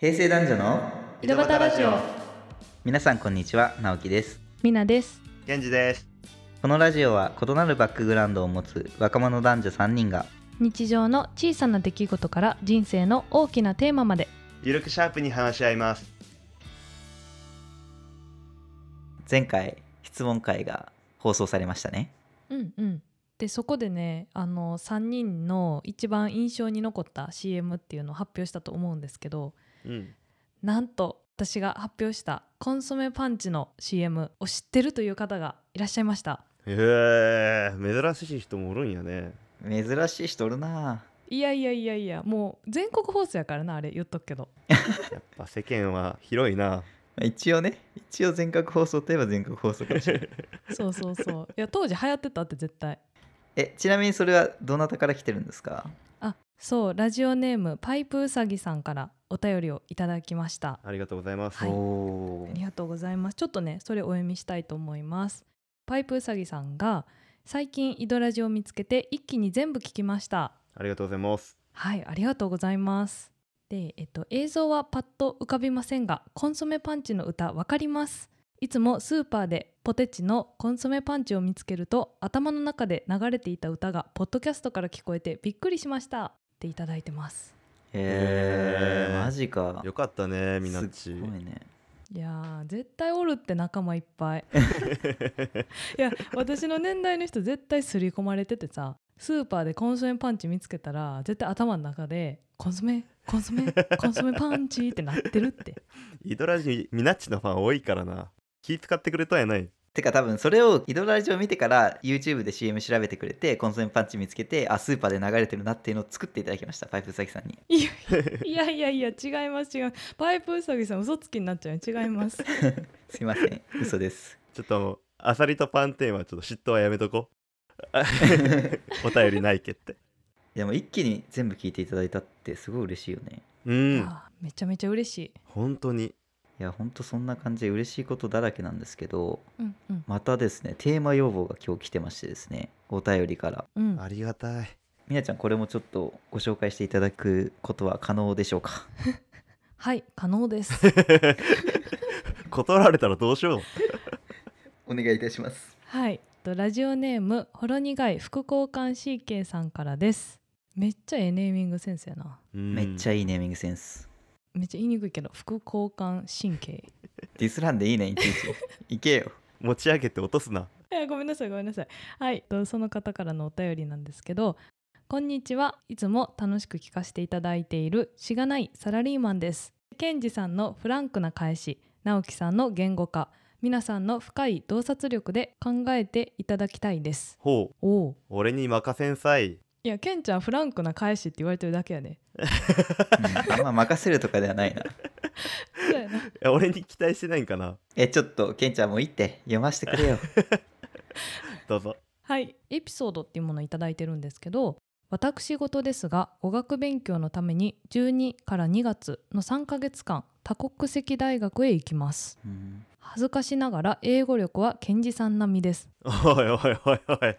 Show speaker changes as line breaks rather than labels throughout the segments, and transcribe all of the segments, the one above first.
平成男女の
井戸端ラジオ
皆さんこんにちは直樹です
みなです。
源氏です
このラジオは異なるバックグラウンドを持つ若者男女3人が
日常の小さな出来事から人生の大きなテーマまで。
ゆるくシャープに話し合います
前回質問会が放送されましたね
うんうん。でそこでねあの3人の一番印象に残った CM っていうのを発表したと思うんですけど
うん
なんと私が発表したコンソメパンチの CM を知ってるという方がいらっしゃいました
へえ珍しい人もおるんやね
珍しい人おるない
やいやいやいやもう全国放送やからなあれ言っとくけど
やっぱ世間は広いな
一応ね一応全国放送といえば全国放送かもしれない
そうそうそう いや当時流行ってたって絶対
えちなみにそれはどなたから来てるんですか
あそうラジオネームパイプうさぎさんからお便りをいただきました
ありがとうございます、
はい
お
ありがとうございます。ちょっとね、それお読みしたいと思います。パイプうさぎさんが最近井戸ラジオを見つけて一気に全部聞きました。
ありがとうございます
はい、ありがとうございます。で、えっと映像はパッと浮かびませんが、コンソメパンチの歌わかります。いつもスーパーでポテチのコンソメパンチを見つけると頭の中で流れていた歌がポッドキャストから聞こえてびっくりしましたっていただいてます。
え
へ
ー、
ー
マジか
よかったねみなっ
す
ち
っ ごいね
いやー絶対おるって仲間いっぱい。いや私の年代の人絶対刷り込まれててさスーパーでコンソメパンチ見つけたら絶対頭の中で「コンソメコンソ メコンソメパンチ」ってなってるって
イドラジみなっちのファン多いからな気使ってくれたんやない
てか多分それを井戸ラジオ見てから YouTube で CM 調べてくれてコンソメパンチ見つけてあスーパーで流れてるなっていうのを作っていただきましたパイプウサギさんに
いやいやいやいや違います違いますパイプウサギさん嘘つきになっちゃうよ違います
すいません嘘です
ちょっともうアサリとパンテーンはちょっと嫉妬はやめとこう お便りないけって
でも一気に全部聞いていただいたってすごい嬉しいよね
うん
あーめちゃめちゃ嬉しい
本当に
いやほんとそんな感じで嬉しいことだらけなんですけど
うんうん
またですねテーマ要望が今日来てましてですねお便りから
うん
ありがたい
みなちゃんこれもちょっとご紹介していただくことは可能でしょうか
はい可能です
断られたらどうしよう
お願いいたします
はいとラジオネームほろ苦い副交換 CK さんからですめっちゃええネーミングセンスやな
めっち
ゃ
ゃいいネーミングセンス
めっちゃ言いにくいけど副交換神経
ディスらんでいいねいちい ち行けよ
持ち上げて落とすな。
い やごめんなさいごめんなさいはいとその方からのお便りなんですけどこんにちはいつも楽しく聞かせていただいているしがないサラリーマンですケンジさんのフランクな返し直樹さんの言語化皆さんの深い洞察力で考えていただきたいです
ほう、
おお
俺に任せんさい。
いやケンちゃんフランクな返しって言われてるだけやね
うんあんま任せるとかではないな
そうやな
え俺に期待してないんかな。
えちょっとケンちゃんもういいって読ませてくれよ
どうぞ。
はい、エピソードっていうものをいただいてるんですけど私事ですが語学勉強のために12から2月の3ヶ月間多国籍大学へ行きます
うん
恥ずかしながら英語力は賢治さん並みです
おいおいおいおい。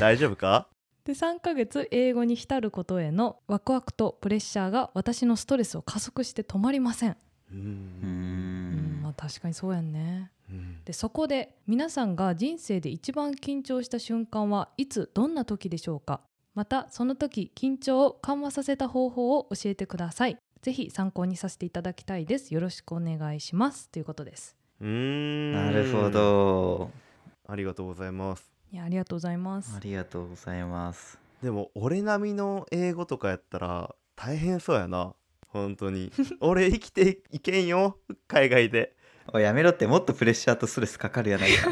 大丈夫か
で3ヶ月英語に浸ることへのワクワクとプレッシャーが私のストレスを加速して止まりません、
う
うー
ん。
うんまあ
ん
確かにそうやんね
うん
でそこで皆さんが人生で一番緊張した瞬間はいつどんな時でしょうかまたその時緊張を緩和させた方法を教えてくださいぜひ参考にさせていただきたいですよろしくお願いしますということです
うーん
なるほ。ど
ありがとうございます。
いやありがとうございます
ありがとうございます
でも、俺並みの英語とかやったら大変そうやな。本 当に。俺生きていけんよ。海外で。
おいやめろってもっとプレッシャーとストレスかかるやないか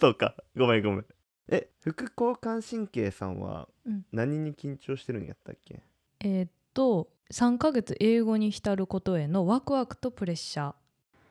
そうか。ごめんごめん。え、副交感神経さんは
うん
何に緊張してるんやったっけ、
えーっと3ヶ月英語に浸ることへのワクワクとプレッシャ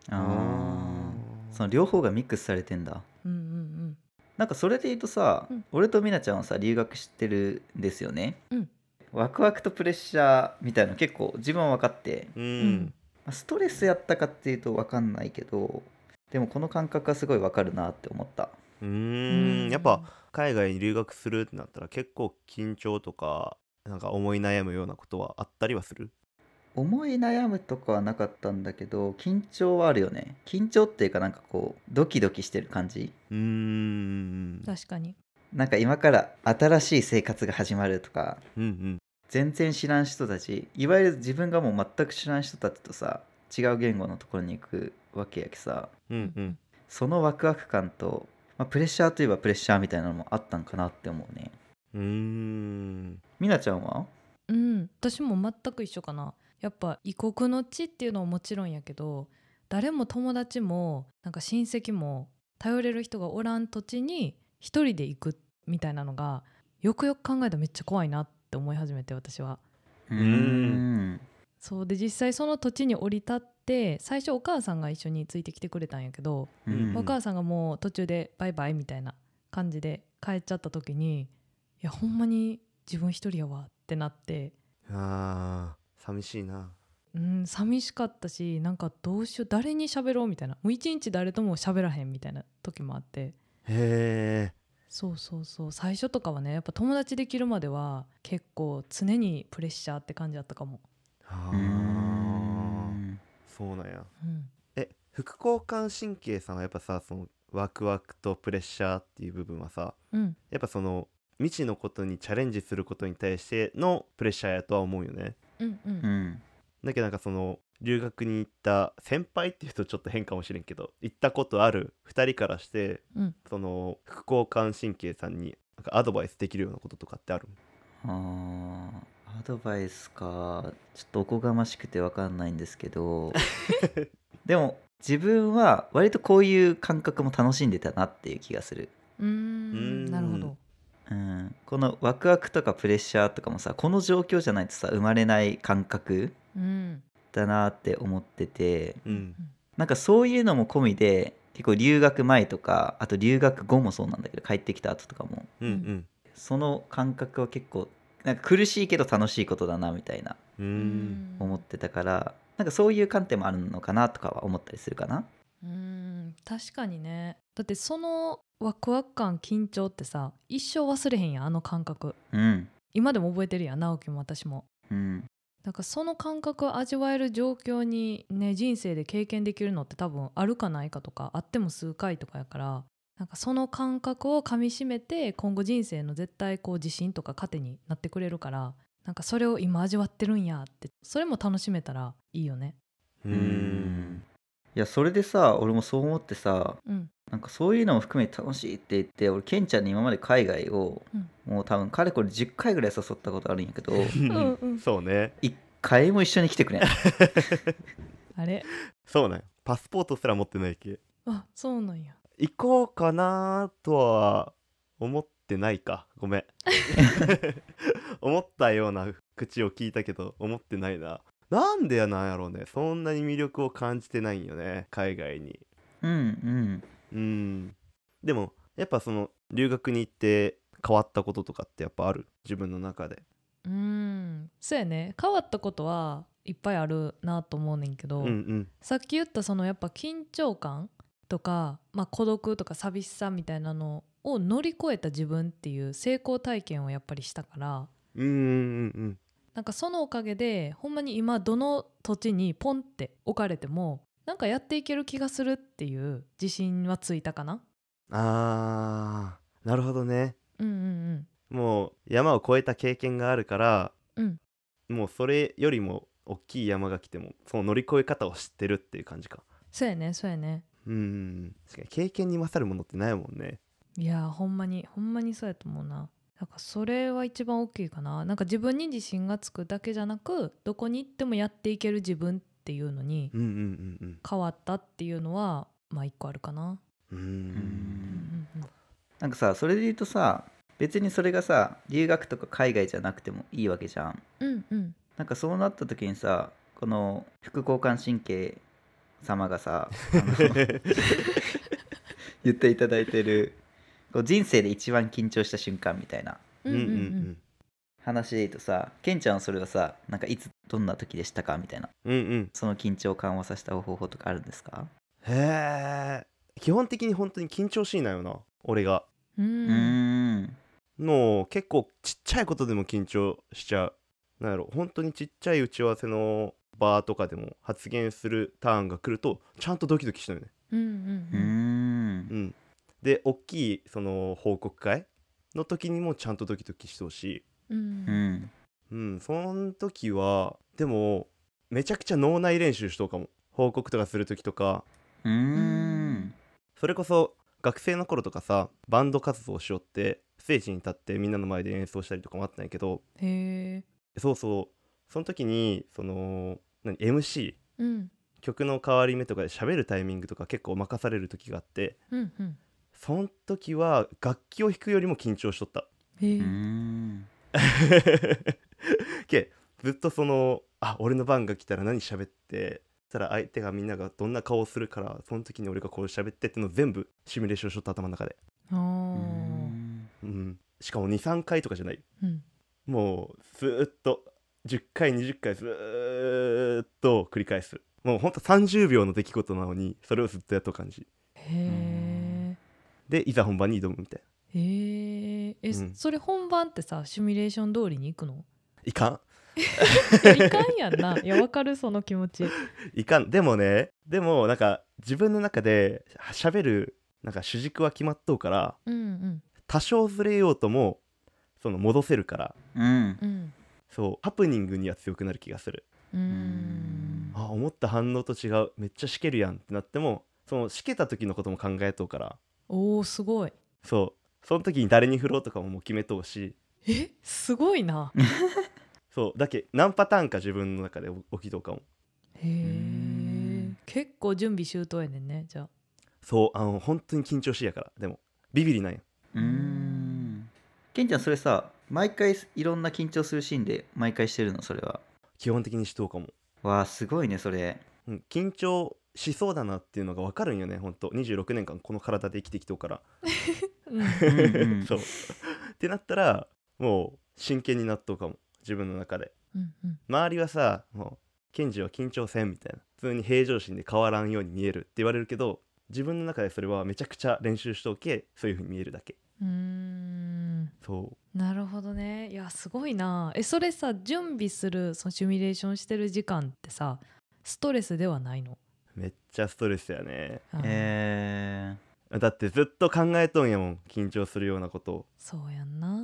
ー
あー
ー
その両方がミックスされてんだ
うんうん
なんかそれで言うとさ、
うん
俺とみなちゃんはさ留学してるんですよね、
うん
ワクワクとプレッシャーみたいなの結構自分は分かって
う。
うん
まあストレスやったかっていうと分かんないけどでもこの感覚はすごい分かるなって思った
う
う
ーんやっぱ海外に留学するってなったら結構緊張とかなんか思い悩むようなことはあったりはする
思い悩むとかはなかったんだけど緊張はあるよね緊張っていうかなんかこうドキドキしてる感じ
うーん
確かに
なんか今から新しい生活が始まるとか
うんうん
全然知らん人たちいわゆる自分がもう全く知らん人たちとさ違う言語のところに行くわけやけさ
うんうん
そのワクワク感と、まあ、プレッシャーといえばプレッシャーみたいなのもあったんかなって思うね
うーん
みなちゃんは
うん私も全く一緒かなやっぱ異国の地っていうのはもちろんやけど誰も友達もなんか親戚も頼れる人がおらん土地に一人で行くみたいなのがよくよく考えたらめっちゃ怖いなって思い始めて私は
う
ーん
そうで実際その土地に降り立って最初お母さんが一緒についてきてくれたんやけど、
ーん
うん
お母さんがもう途中でバイバイみたいな感じで帰っちゃった時にいやほんまに自分一人やわってなって
あー寂しいな
うん寂しかったしなんかどうしよう誰に喋ろうみたいなもう一日誰とも喋らへんみたいな時もあって
へえ
そうそうそう最初とかはねやっぱ友達できるまでは結構常にプレッシャーって感じだったかも、
あ
うー
ー
ん
そうなんや
うん、
え副交感神経さんはやっぱさそのワクワクとプレッシャーっていう部分はさ
うん
やっぱその未知のことにチャレンジすることに対してのプレッシャーやとは思うよね
うんうん
うん
だけどなんかその留学に行った先輩っていうとちょっと変かもしれんけど行ったことある2人からして、
うん
その副交感神経さんになんかアドバイスできるようなこととかってある
あーアドバイスかちょっとおこがましくてわかんないんですけどでも自分は割とこういう感覚も楽しんでたなっていう気がする、
うーんなるほど
うん、このワクワクとかプレッシャーとかもさこの状況じゃないとさ生まれない感覚
うん
だなって思ってて
うん
なんかそういうのも込みで結構留学前とかあと留学後もそうなんだけど帰ってきた後とかも
うんうん
その感覚は結構なんか苦しいけど楽しいことだなみたいな
う
うんん
思ってたから、なんかそういう観点もあるのかなとかは思ったりするかな。
うーん確かにねだってそのワクワク感緊張ってさ一生忘れへんやんあの感覚
うん、
今でも覚えてるやん直樹も私も
うん、
だからその感覚を味わえる状況にね人生で経験できるのって多分あるかないかとかあっても数回とかやからなんかその感覚をかみしめて今後人生の絶対こう自信とか糧になってくれるからなんかそれを今味わってるんやってそれも楽しめたらいいよね
う
うんいやそれでさ俺もそう思ってさ
うん
なんかそういうのも含めて楽しいって言って俺ケンちゃんに今まで海外を、
うん
もう多分かれこれ10回ぐらい誘ったことあるんやけど
んうん
そうね
1回も一緒に来てくれ ん
あれ
そうなんよパスポートすら持ってないけ
あそうなんや
行こうかなとは思ってないかご めん思ったような口を聞いたけど思ってないななんでやなんやろうねそんなに魅力を感じてないんよね海外に
うんうん
うんでもやっぱその留学に行って変わったこととかってやっぱある自分の中で
うーんそうやね変わったことはいっぱいあるなと思うねんけ
う
ど、
んうん
さっき言ったそのやっぱ緊張感とか、まあ、孤独とか寂しさみたいなのを乗り越えた自分っていう成功体験をやっぱりしたから
うんうんうん
なんかそのおかげでほんまに今どの土地にポンって置かれてもなんかやっていける気がするっていう自信はついたかな。
うんあーなるほどね
うんうん
もう山を越えた経験があるから、
うん
もうそれよりも大きい山が来てもその乗り越え方を知ってるっていう感じか
そうやねそうやね。
うん確かに経験に勝るものってないもんね
いやーほんまにほんまにそうやと思うなだからそれは一番大きいかななんか自分に自信がつくだけじゃなくどこに行ってもやっていける自分っていうのに
うんうんうん
変わったっていうのはまあ一個あるかな、
うんう
うんん
うん
なんかさそれで言うとさ別にそれがさ留学とか海外じゃなくてもいいわけじゃん
うんうんうん
なんかそうなった時にさこの副交感神経様がさあの 言っていただいてるこう人生で一番緊張した瞬間みたいな
うんうんうんうん
話で言うとさケンちゃんはそれはさなんかいつどんな時でしたかみたいな
うんうん
その緊張を緩和させた方法とかあるんですか
へえ基本的に本当に緊張しいなよな俺が
う
うんーん
の結構ちっちゃいことでも緊張しちゃうなんやろ本当にちっちゃい打ち合わせの場とかでも発言するターンが来るとちゃんとドキドキしたよね。
うん
うー
うん
うんん、で大きいその報告会の時にもちゃんとドキドキしてほしい。
う
うんん
うん、その時はでもめちゃくちゃ脳内練習しとうかも報告とかする時とか
うーん
それこそ学生の頃とかさバンド活動しよってステージに立ってみんなの前で演奏したりとかもあったんやけど
うんへえ
そうそうその時にその何 MC
うん
曲の変わり目とかで喋るタイミングとか結構任される時があって
うんうん
その時は楽器を弾くよりも緊張しとった
へ
うー
え
ん
けずっとそのあ俺の番が来たら何喋ってそしたら相手がみんながどんな顔をするからその時に俺がこう喋ってってのを全部シミュレーションしとった頭の中で、
ああ
うーん
うん、しかも23回とかじゃない
うん
もうずーっと10回20回ずーっと繰り返すもうほんと30秒の出来事なのにそれをずっとやっとる感じ
へ
でいざ本番に挑むみたいな
えへええ
うん
それ本番ってさシミュレーション通りに行く の
いかん
いやいかんやんないやわかるその気持ち
いかんでもねでもなんか自分の中で喋るなんか主軸は決まっとうから
うん
多少ずれようともその戻せるから
うん
うんうん
そうハプニングには強くなる気がする
うーん
あ思った反応と違うめっちゃしけるやんってなってもそのしけた時のことも考えとうから
おおすごい
そうその時に誰に振ろうとかももう決めとうし
えすごいな
そうだけ何パターンか自分の中で起きとうかも
へえ結構準備周到やねんねじゃあ
そうあの本当に緊張しいやからでもビビりないよ
うーんケンちゃんそれさ毎回いろんな緊張するシーンで毎回してるのそれは
基本的にしとうかも、
わあすごいねそれ
うん、緊張しそうだなっていうのが分かるんよね本当26年間この体で生きてきとうから
うん
うん うん
そう。ってなったらもう真剣になっとうかも自分の中で
うんうん
周りはさもうケンジは緊張せんみたいな普通に平常心で変わらんように見えるって言われるけど自分の中でそれはめちゃくちゃ練習しとけそういう風に見えるだけ
うーん
そう
なるほどねいやすごいなえそれさ準備するそのシミュレーションしてる時間ってさストレスではないの
めっちゃストレスやね
あー
え
だってずっと考えとんやもん緊張するようなことを
そうやんな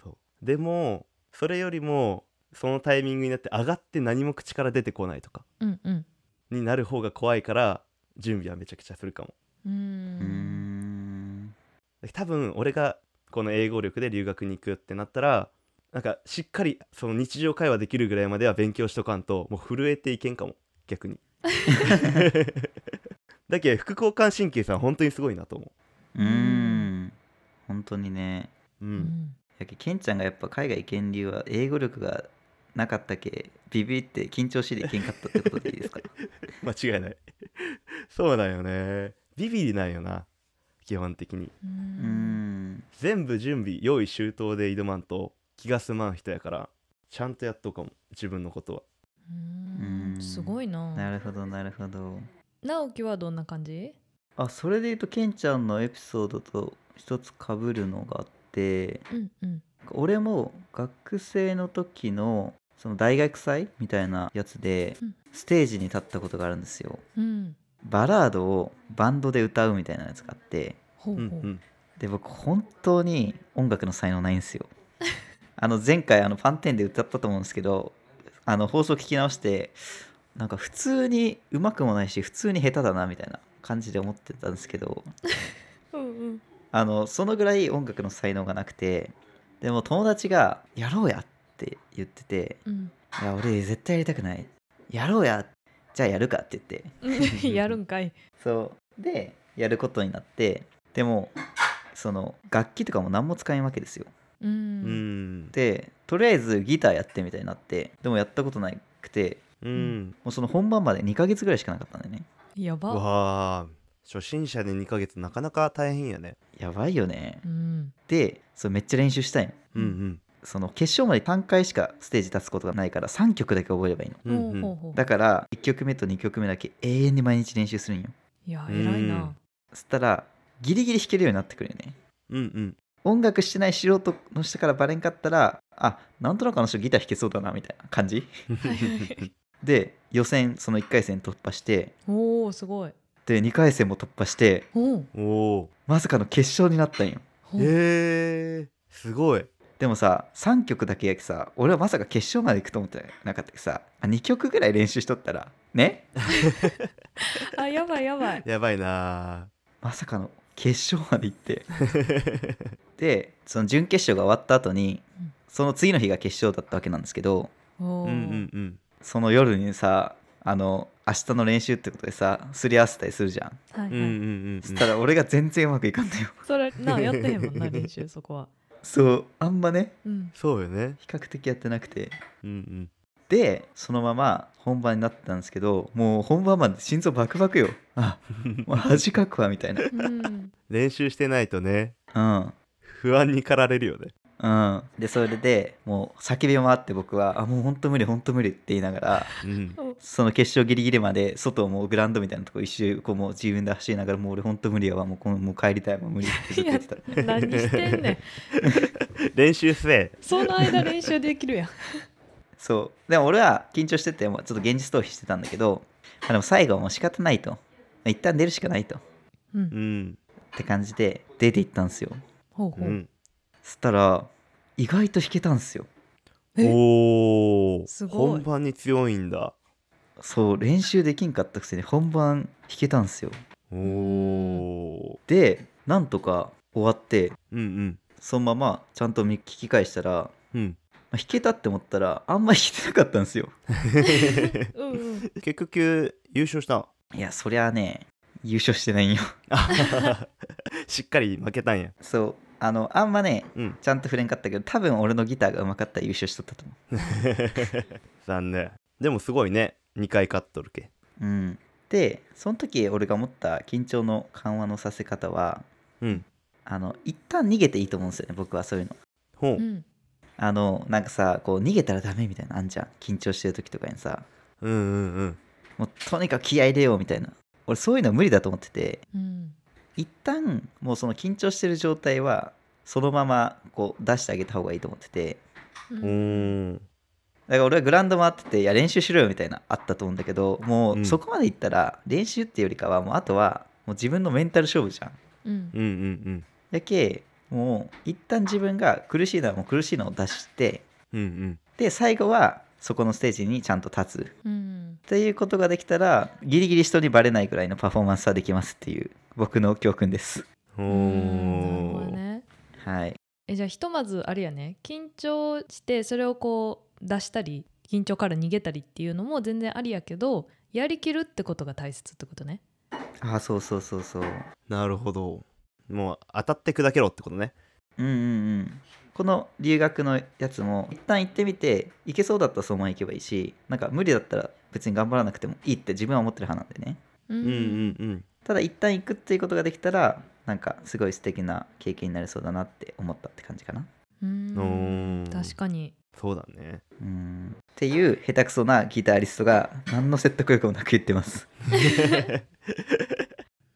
そうでもそれよりもそのタイミングになって上がって何も口から出てこないとか
うんうん
になる方が怖いから準備はめちゃくちゃするかも
うー
ー、うー
ん
ん
多分俺がこの英語力で留学に行くってなったらなんかしっかりその日常会話できるぐらいまでは勉強しとかんともう震えていけんかも逆 にだけど副交感神経さん本当にすごいなと思
うーん本当にね
ううん、
うん
やけケンちゃんがやっぱ海外行けん理由は英語力がなかったけビビって緊張しでいけんかったってことでいいです か
間違いない そうだよねビビりなんよな基本的に
うー
うー
ん
ん
全部準備用意周到で挑まんと気が済まん人やからちゃんとやっとこうかも自分のことは
うーんすごいな
なるほどなるほど
直樹はどんな感じ
あそれで言うとケンちゃんのエピソードと一つかぶるのがあって
うんうん
俺も学生の時のその大学祭みたいなやつで
うん
ステージに立ったことがあるんですよ
うん
バラードをバンドで歌うみたいなやつがあって
ほう
う
ほ
ん
う、
うん
で僕本当に音楽の才能ないん ですよあの前回あのパンテンで歌ったと思うんですけどあの放送聞き直してなんか普通にうまくもないし普通に下手だなみたいな感じで思ってたんですけど
うんうん
あのそのぐらい音楽の才能がなくてでも友達が「やろうや」って言ってて
うん
「いや俺絶対やりたくない」「やろうや」じゃあやるかって言って
うんやるんかい
そうでやることになってでもその楽器とかも何も使えんわけですよ
う
うんん
でとりあえずギターやってみたいになってでもやったことなくて
うん
もうその本番まで2ヶ月ぐらいしかなかったんでね
や
う
ば
わー初心者で2ヶ月なかなか大変やね
やばいよね
うん
でそうめっちゃ練習したいの
うんうん
その決勝まで3回しかステージ立つことがないから3曲だけ覚えればいいの
うんうん
ほうほうほう
だから1曲目と2曲目だけ永遠に毎日練習するんよ
いや偉いな
そしたらギリギリ弾けるようになってくるよね
うんうん
音楽してない素人の人からバレんかったらあなんとなくあの人ギター弾けそうだなみたいな感じ
はいはい
で予選その1回戦突破して
おおすごい
で2回戦も突破して
おー
おお
まさかの決勝になったんよ
ほう
へえすごい
でもさ3曲だけやけさ俺はまさか決勝まで行くと思ってなかったけどさ2曲ぐらい練習しとったらね
あやばいやばい
やばいな
まさかの決勝まで行って
ー
でその準決勝が終わった後に
うん
その次の日が決勝だったわけなんですけど
お
うんうん
ー
うん
その夜にさあの明日の練習ってことでさすり合わせたりするじゃん
はいはい、
うんうんうん
そしたら俺が全然うまくいかんのよ
それなやってへんもんな練習そこは
そうあんまね
うん
そうよね
比較的やってなくて
うん
でそのまま本番になったんですけどもう本番まで心臓バクバクよあ
うん
もう恥かくわみたいな
うん
練習してないとね
うん
不安に駆られるよね
うん、でそれでもう叫び回って僕は「あもうほんと無理ほんと無理」って言いながら
うん
その決勝ギリギリまで外をもうグラウンドみたいなとこ一周こうもう自分で走りながら「もう俺ほんと無理やわもうこのもう帰りたいもう無理」ってずっと言ってた
何してんねん
練習せ
その間練習できるやん
そうでも俺は緊張しててもうちょっと現実逃避してたんだけどまあでも最後はもう仕方ないと一旦出るしかないとっ
え
う
うんん
て感じで出て行ったんですよ
ほうほ
う
う、
ん
そしたら意外と弾けたんですよ
え
おお
すご
本
い
番に強いんだ
そう練習できんかったくせに本番弾けたんですよ
おお
でなんとか終わって
うんうん
そのままちゃんと見聞き返したら、ま
うん
あ、弾けたって思ったらあんま弾けてなかったんですよ
うんうん
結局優勝した
いやそりゃあね優勝してないんよ
あ しっかり負けたんや
そうあのあんまね
うん
ちゃんと触れんかったけど多分俺のギターが上手かったら優勝しとったと思
残念でもすごいね2回勝っとるけ
ううんでその時俺が思った緊張の緩和のさせ方は
うん
あの一旦逃げていいと思うんですよね僕はそういうの
ほう
うん
あのなんかさこう逃げたらダメみたいなのあんじゃん緊張してる時とかにさ
うんうんうん
もうとにかく気合い入れようみたいな俺そういうのは無理だと思ってて
うん
一旦もうその緊張してる状態はそのままこう出してあげた方がいいと思ってて
う
うんん
だから俺はグラウンド回ってていや練習しろよみたいなあったと思うんだけども
うん
うそこまでいったら練習っていうよりかはもうあとはもう自分のメンタル勝負じゃん。
うん
うんうん
やけもう一旦自分が苦しいのはもう苦しいのを出して
うんうん
で最後はそこのステージにちゃんと立つ
うん
っていうことができたらギリギリ人にバレないぐらいのパフォーマンスはできますっていう僕の教訓です。
うん
う
お
んなるほど
お
ね
はい、
えじゃあひとまずあれやね緊張してそれをこう出したり緊張から逃げたりっていうのも全然ありやけどやりきるってことが大切ってことね
あそうそうそうそう。
なるほどもう当たって砕けろってことね
うんうんうんこの留学のやつも一旦行ってみて行けそうだったらそのまま行けばいいしなんか無理だったら別に頑張らなくてもいいって自分は思ってる派なんでね
う
うんうんうん
ただ一旦行くっていうことができたらなんかすごい素敵な経験になりそうだなって思ったって感じかな
うん
うん
確かに
そうだ ね
うんっていう下手くそなギタリストが何の説得力もなく言ってます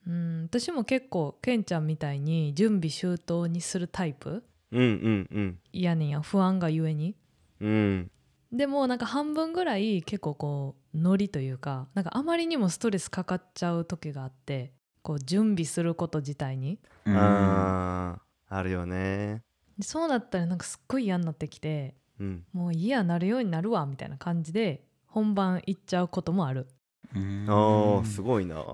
うん私も結構ケンちゃんみたいに準備周到にするタイプ
うんうん
やねんや不安がゆえに
うんうん
でもなんか半分ぐらい結構こうノリというかなんかあまりにもストレスかかっちゃう時があってこう準備すること自体に
うん
あーあるよね
でそうなったらなんかすっごい嫌になってきて
うん
もう嫌なるようになるわみたいな感じで本番行っちゃうこともある
うん
ああすごいな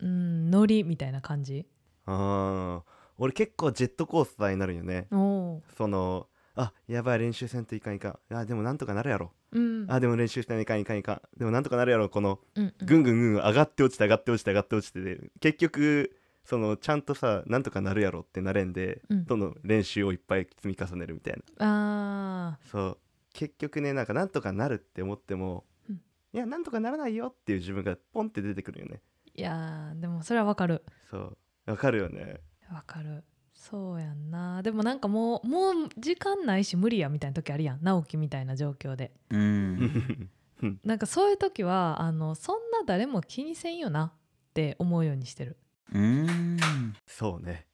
うんノリみたいな感じ
あー俺結構ジェットコースターになるよね
おお
そのあやばい練習せんといかんいかんあでもなんとかなるやろ
ーうん
あでも練習せんといかんいかんいかんでもなんとかなるやろこの
うんうん
ぐんぐんぐん上がって落ちて上がって落ちて上がって落ちてで結局そのちゃんとさなんとかなるやろってなれんで、
うん
どんどん練習をいっぱい積み重ねるみたいな
あ
そう結局ねなんかなんとかなるって思っても、
うん
いやなんとかならないよっていう自分がポンって出てくるよね
ーいやーでもそれはわかる
そうわかるよね
わかるそうやんなでもなんかもうもう時間ないし無理やみたいな時あるやん直樹みたいな状況で
うん
なんかそういう時はあのそんな誰も気にせんよなって思うようにしてる
うん
そうね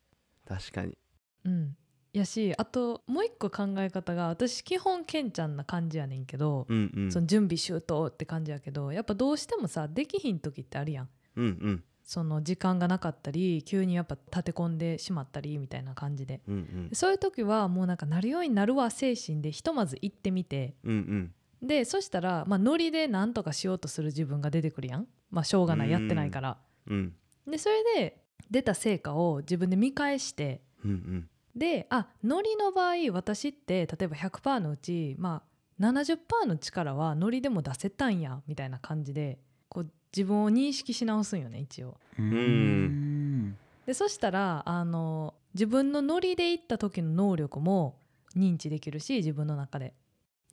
確かに
うんいやしあともう一個考え方が私基本ケンちゃんな感じやねんけど、
うんうん
その準備周到って感じやけどやっぱどうしてもさできひん時ってあるやん
うんうん
その時間がなかったり急にやっぱ立て込んでしまったりみたいな感じで
うんうん
そういう時はもうなんかなるようになるわ精神でひとまず行ってみて
うんうん
でそしたら、まあ、ノリで何とかしようとする自分が出てくるやん、まあ、しょうがな
う
い
ん
やってないから
うん
でそれで出た成果を自分で見返して
うんうん
であノリの場合私って例えば100%のうち、まあ、70%の力はノリでも出せたんやみたいな感じでこう自分を認識し直すんよね一応。
うん
でそしたらあの自分のノリで行った時の能力も認知できるし自分の中で。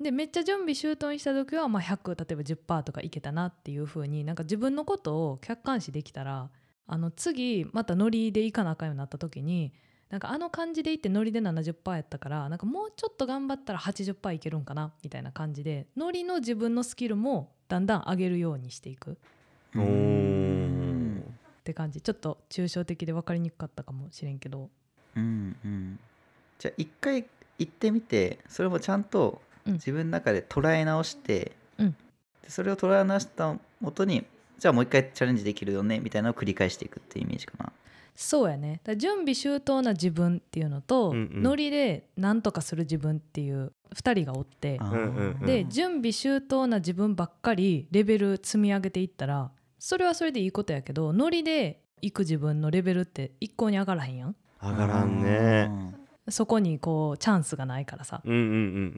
でめっちゃ準備周到にした時は、まあ、100例えば10%とかいけたなっていう風になんか自分のことを客観視できたらあの次またノリで行かなあかんようになった時になんかあの感じで行ってノリで70%やったからなんかもうちょっと頑張ったら80%いけるんかなみたいな感じでノリの自分のスキルもだんだん上げるようにしていく。
おー
って感じちょっと抽象的で分かりにくかったかもしれんけど、
うんうんじゃあ一回行ってみてそれもちゃんと
うん
自分の中で捉え直して、
うん
でそれを捉え直したもとにじゃあもう一回チャレンジできるよねみたいなのを繰り返していくっていうイメージかな。
そうやねだから準備周到な自分っていうのと、
うんうん
ノリで何とかする自分っていう2人がおって
あ
うんうんうん
ー
で、準備周到な自分ばっかりレベル積み上げていったらそれはそれでいいことやけどノリで行く自分のレベルって一向に上がらへんやん
上がらんね
そこにこうチャンスがないからさ
うんうんうんう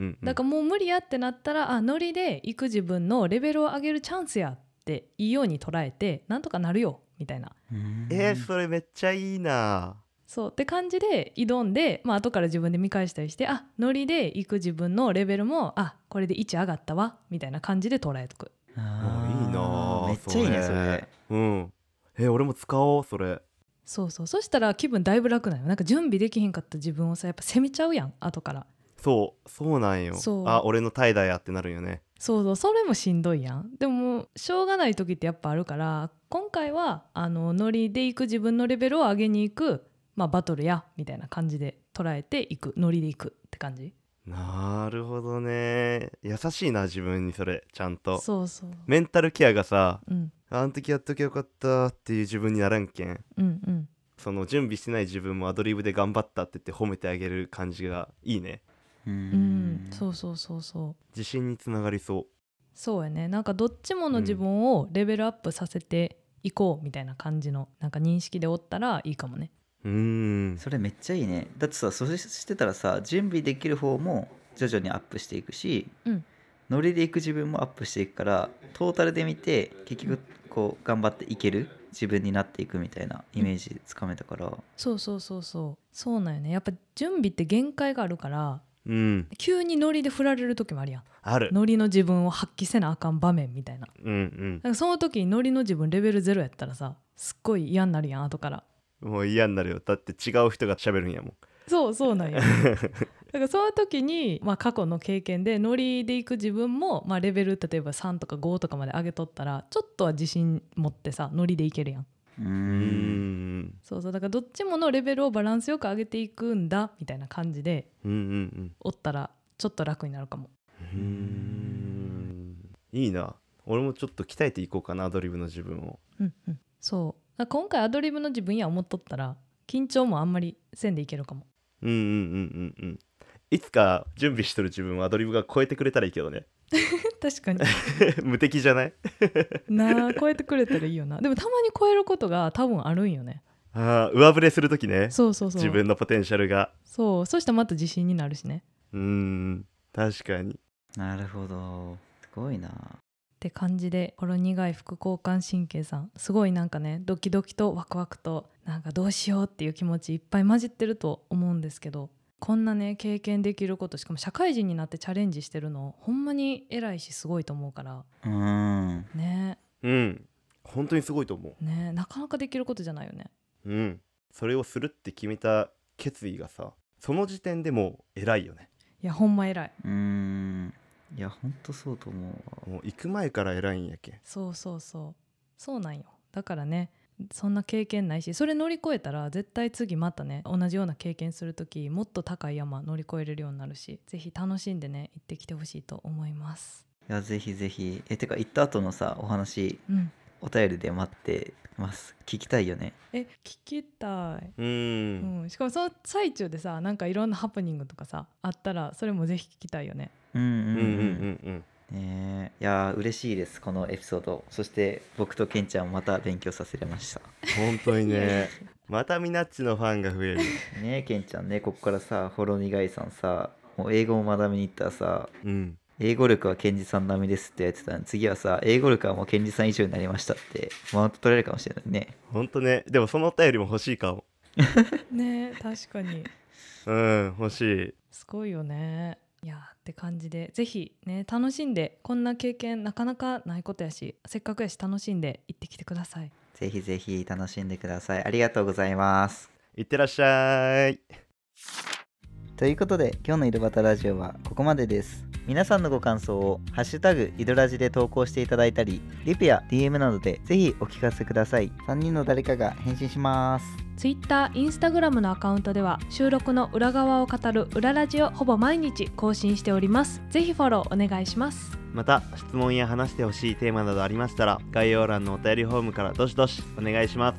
ん
だからもう無理やってなったらあノリで行く自分のレベルを上げるチャンスやっていいように捉えてなんとかなるよみたいな
うん
えー、それめっちゃいいな
そうって感じで挑んで、まあ後から自分で見返したりしてあノリで行く自分のレベルもあこれで位置上がったわみたいな感じで捉えとく
あー
いいなあ
めっちゃいいね
そ
そ
れ
れ
うんえー、俺も使おうそれ
そうそうそしたら気分だいぶ楽なのなんか準備できへんかった自分をさやっぱ責めちゃうやん後から
そうそうなんよ
そう
あ俺の怠惰やってなるよね
そうそうそれもしんどいやんでもしょうがない時ってやっぱあるから今回はあのノリで行く自分のレベルを上げに行く、まあ、バトルやみたいな感じで捉えていくノリで行くって感じ
なるほどね優しいな自分にそれちゃんと
そうそう
メンタルケアがさ
うん
あん時やっときゃよかったっていう自分にならんけん
うんうん
その準備してない自分もアドリブで頑張ったって言って褒めてあげる感じがいいね
う
うんそうそうそうそう
自信につながりそ
そうやねなんかどっちもの自分をレベルアップさせていこうみたいな感じのなんか認識でおったらいいかもね
ううーん
それめっちゃいいねだってさそれしてたらさ準備できる方も徐々にアップしていくし、
うん
ノリでいく自分もアップしていくからトータルで見て結局こう頑張っていける自分になっていくみたいなイメージつかめたから、
そうそうそうそうそうなんよねやっぱ準備って限界があるから
うん
急にノリで振られる時もあるやん
ある
ノリの自分を発揮せなあかん場面みたいな
うん
なんかその時にノリの自分レベル0やったらさすっごい嫌になるやん後から
うんもう嫌になるよだって違う人が喋るんやもん
そうそうなんよだからその時に、まあ、過去の経験でノリでいく自分も、まあ、レベル例えば3とか5とかまで上げとったらちょっとは自信持ってさノリでいけるやん
うー
うー
ん
ん
そうそうだからどっちものレベルをバランスよく上げていくんだみたいな感じで
うんうん
おったらちょっと楽になるかも
うんうーんいいな俺もちょっと鍛えていこうかなアドリブの自分を
うんうんそうだから今回アドリブの自分や思っとったら緊張もあんまりせんでいけるかも
うんうんうんうんうんいつか準備しとる自分をアドリブが超えてくれたらいいけどね
確かに
無敵じゃない
なあ超えてくれたらいいよなでもたまに超えることが多分あるんよね
あー上振れする時ね
そうそうそう
自分のポテンシャルが
そうそしたらまた自信になるしね
うーん確かに
なるほどすごいな
って感じでこの苦い副交感神経さんすごいなんかねドキドキとワクワクとなんかどうしようっていう気持ちいっぱい混じってると思うんですけどこんなね経験できることしかも社会人になってチャレンジしてるのほんまに偉いしすごいと思うから
うーん
ね
うん本当にすごいと思
ねなかなかできることじゃないよね
ううんそれをするって決めた決意がさその時点でもう偉いよね
いやほんま偉いう
ーんいやほんとそうと思うわ
もう行く前から偉いんやけん
そうそうそうそうなんよだからねそんな経験ないしそれ乗り越えたら絶対次またね同じような経験する時もっと高い山乗り越えれるようになるしぜひ楽しんでね行ってきてほしいと思います。
いやぜひぜひえてか行った後のさお話
うん、
お便りで待ってます聞きたいよね
え聞きたい、
うー、
うんん、しかもその最中でさなんかいろんなハプニングとかさあったらそれもぜひ聞きたいよね。
うんう
うんん、う
うん、
うんん
ねえいやー嬉しいですこのエピソードそして僕とケンちゃんもまた勉強させれました
うん 本当にねまたミナッチのファンが増える
ねえケンちゃんねここからさほろ苦いさんさもう英語を学びに行ったらさ
うん
英語力はケンジさん並みですってやってたのに次はさ英語力はもうケンジさん以上になりましたってマウント取れるかもしれないね
本当ねでもそのお便りも欲しいかも
ね確かに
うん欲しい
すごいよね。いやーって感じでぜひね楽しんでこんな経験なかなかないことやしせっかくやし楽しんで行ってきてください。
ぜひぜひ楽しんでくださいありがとうございます
いってらっしゃい
ということで今日の井戸端ラジオはここまでです皆さんのご感想を「ハッシュタグ井戸ラジ」で投稿していただいたりリプや DM などでぜひお聞かせください3人の誰かが返信します
Twitter、Instagram のアカウントでは収録の裏側を語る裏ラジをほぼ毎日更新しております。ぜひフォローお願いします。
また質問や話してほしいテーマなどありましたら概要欄のお便りフォームからどしどしお願いしま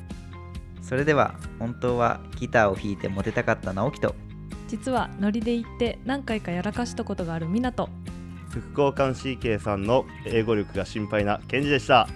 す
それでは本当はギターを弾いてモテたかった直樹と
実はノリで行って何回かやらかしたことがある湊
副交換 CK さんの英語力が心配なケンジでした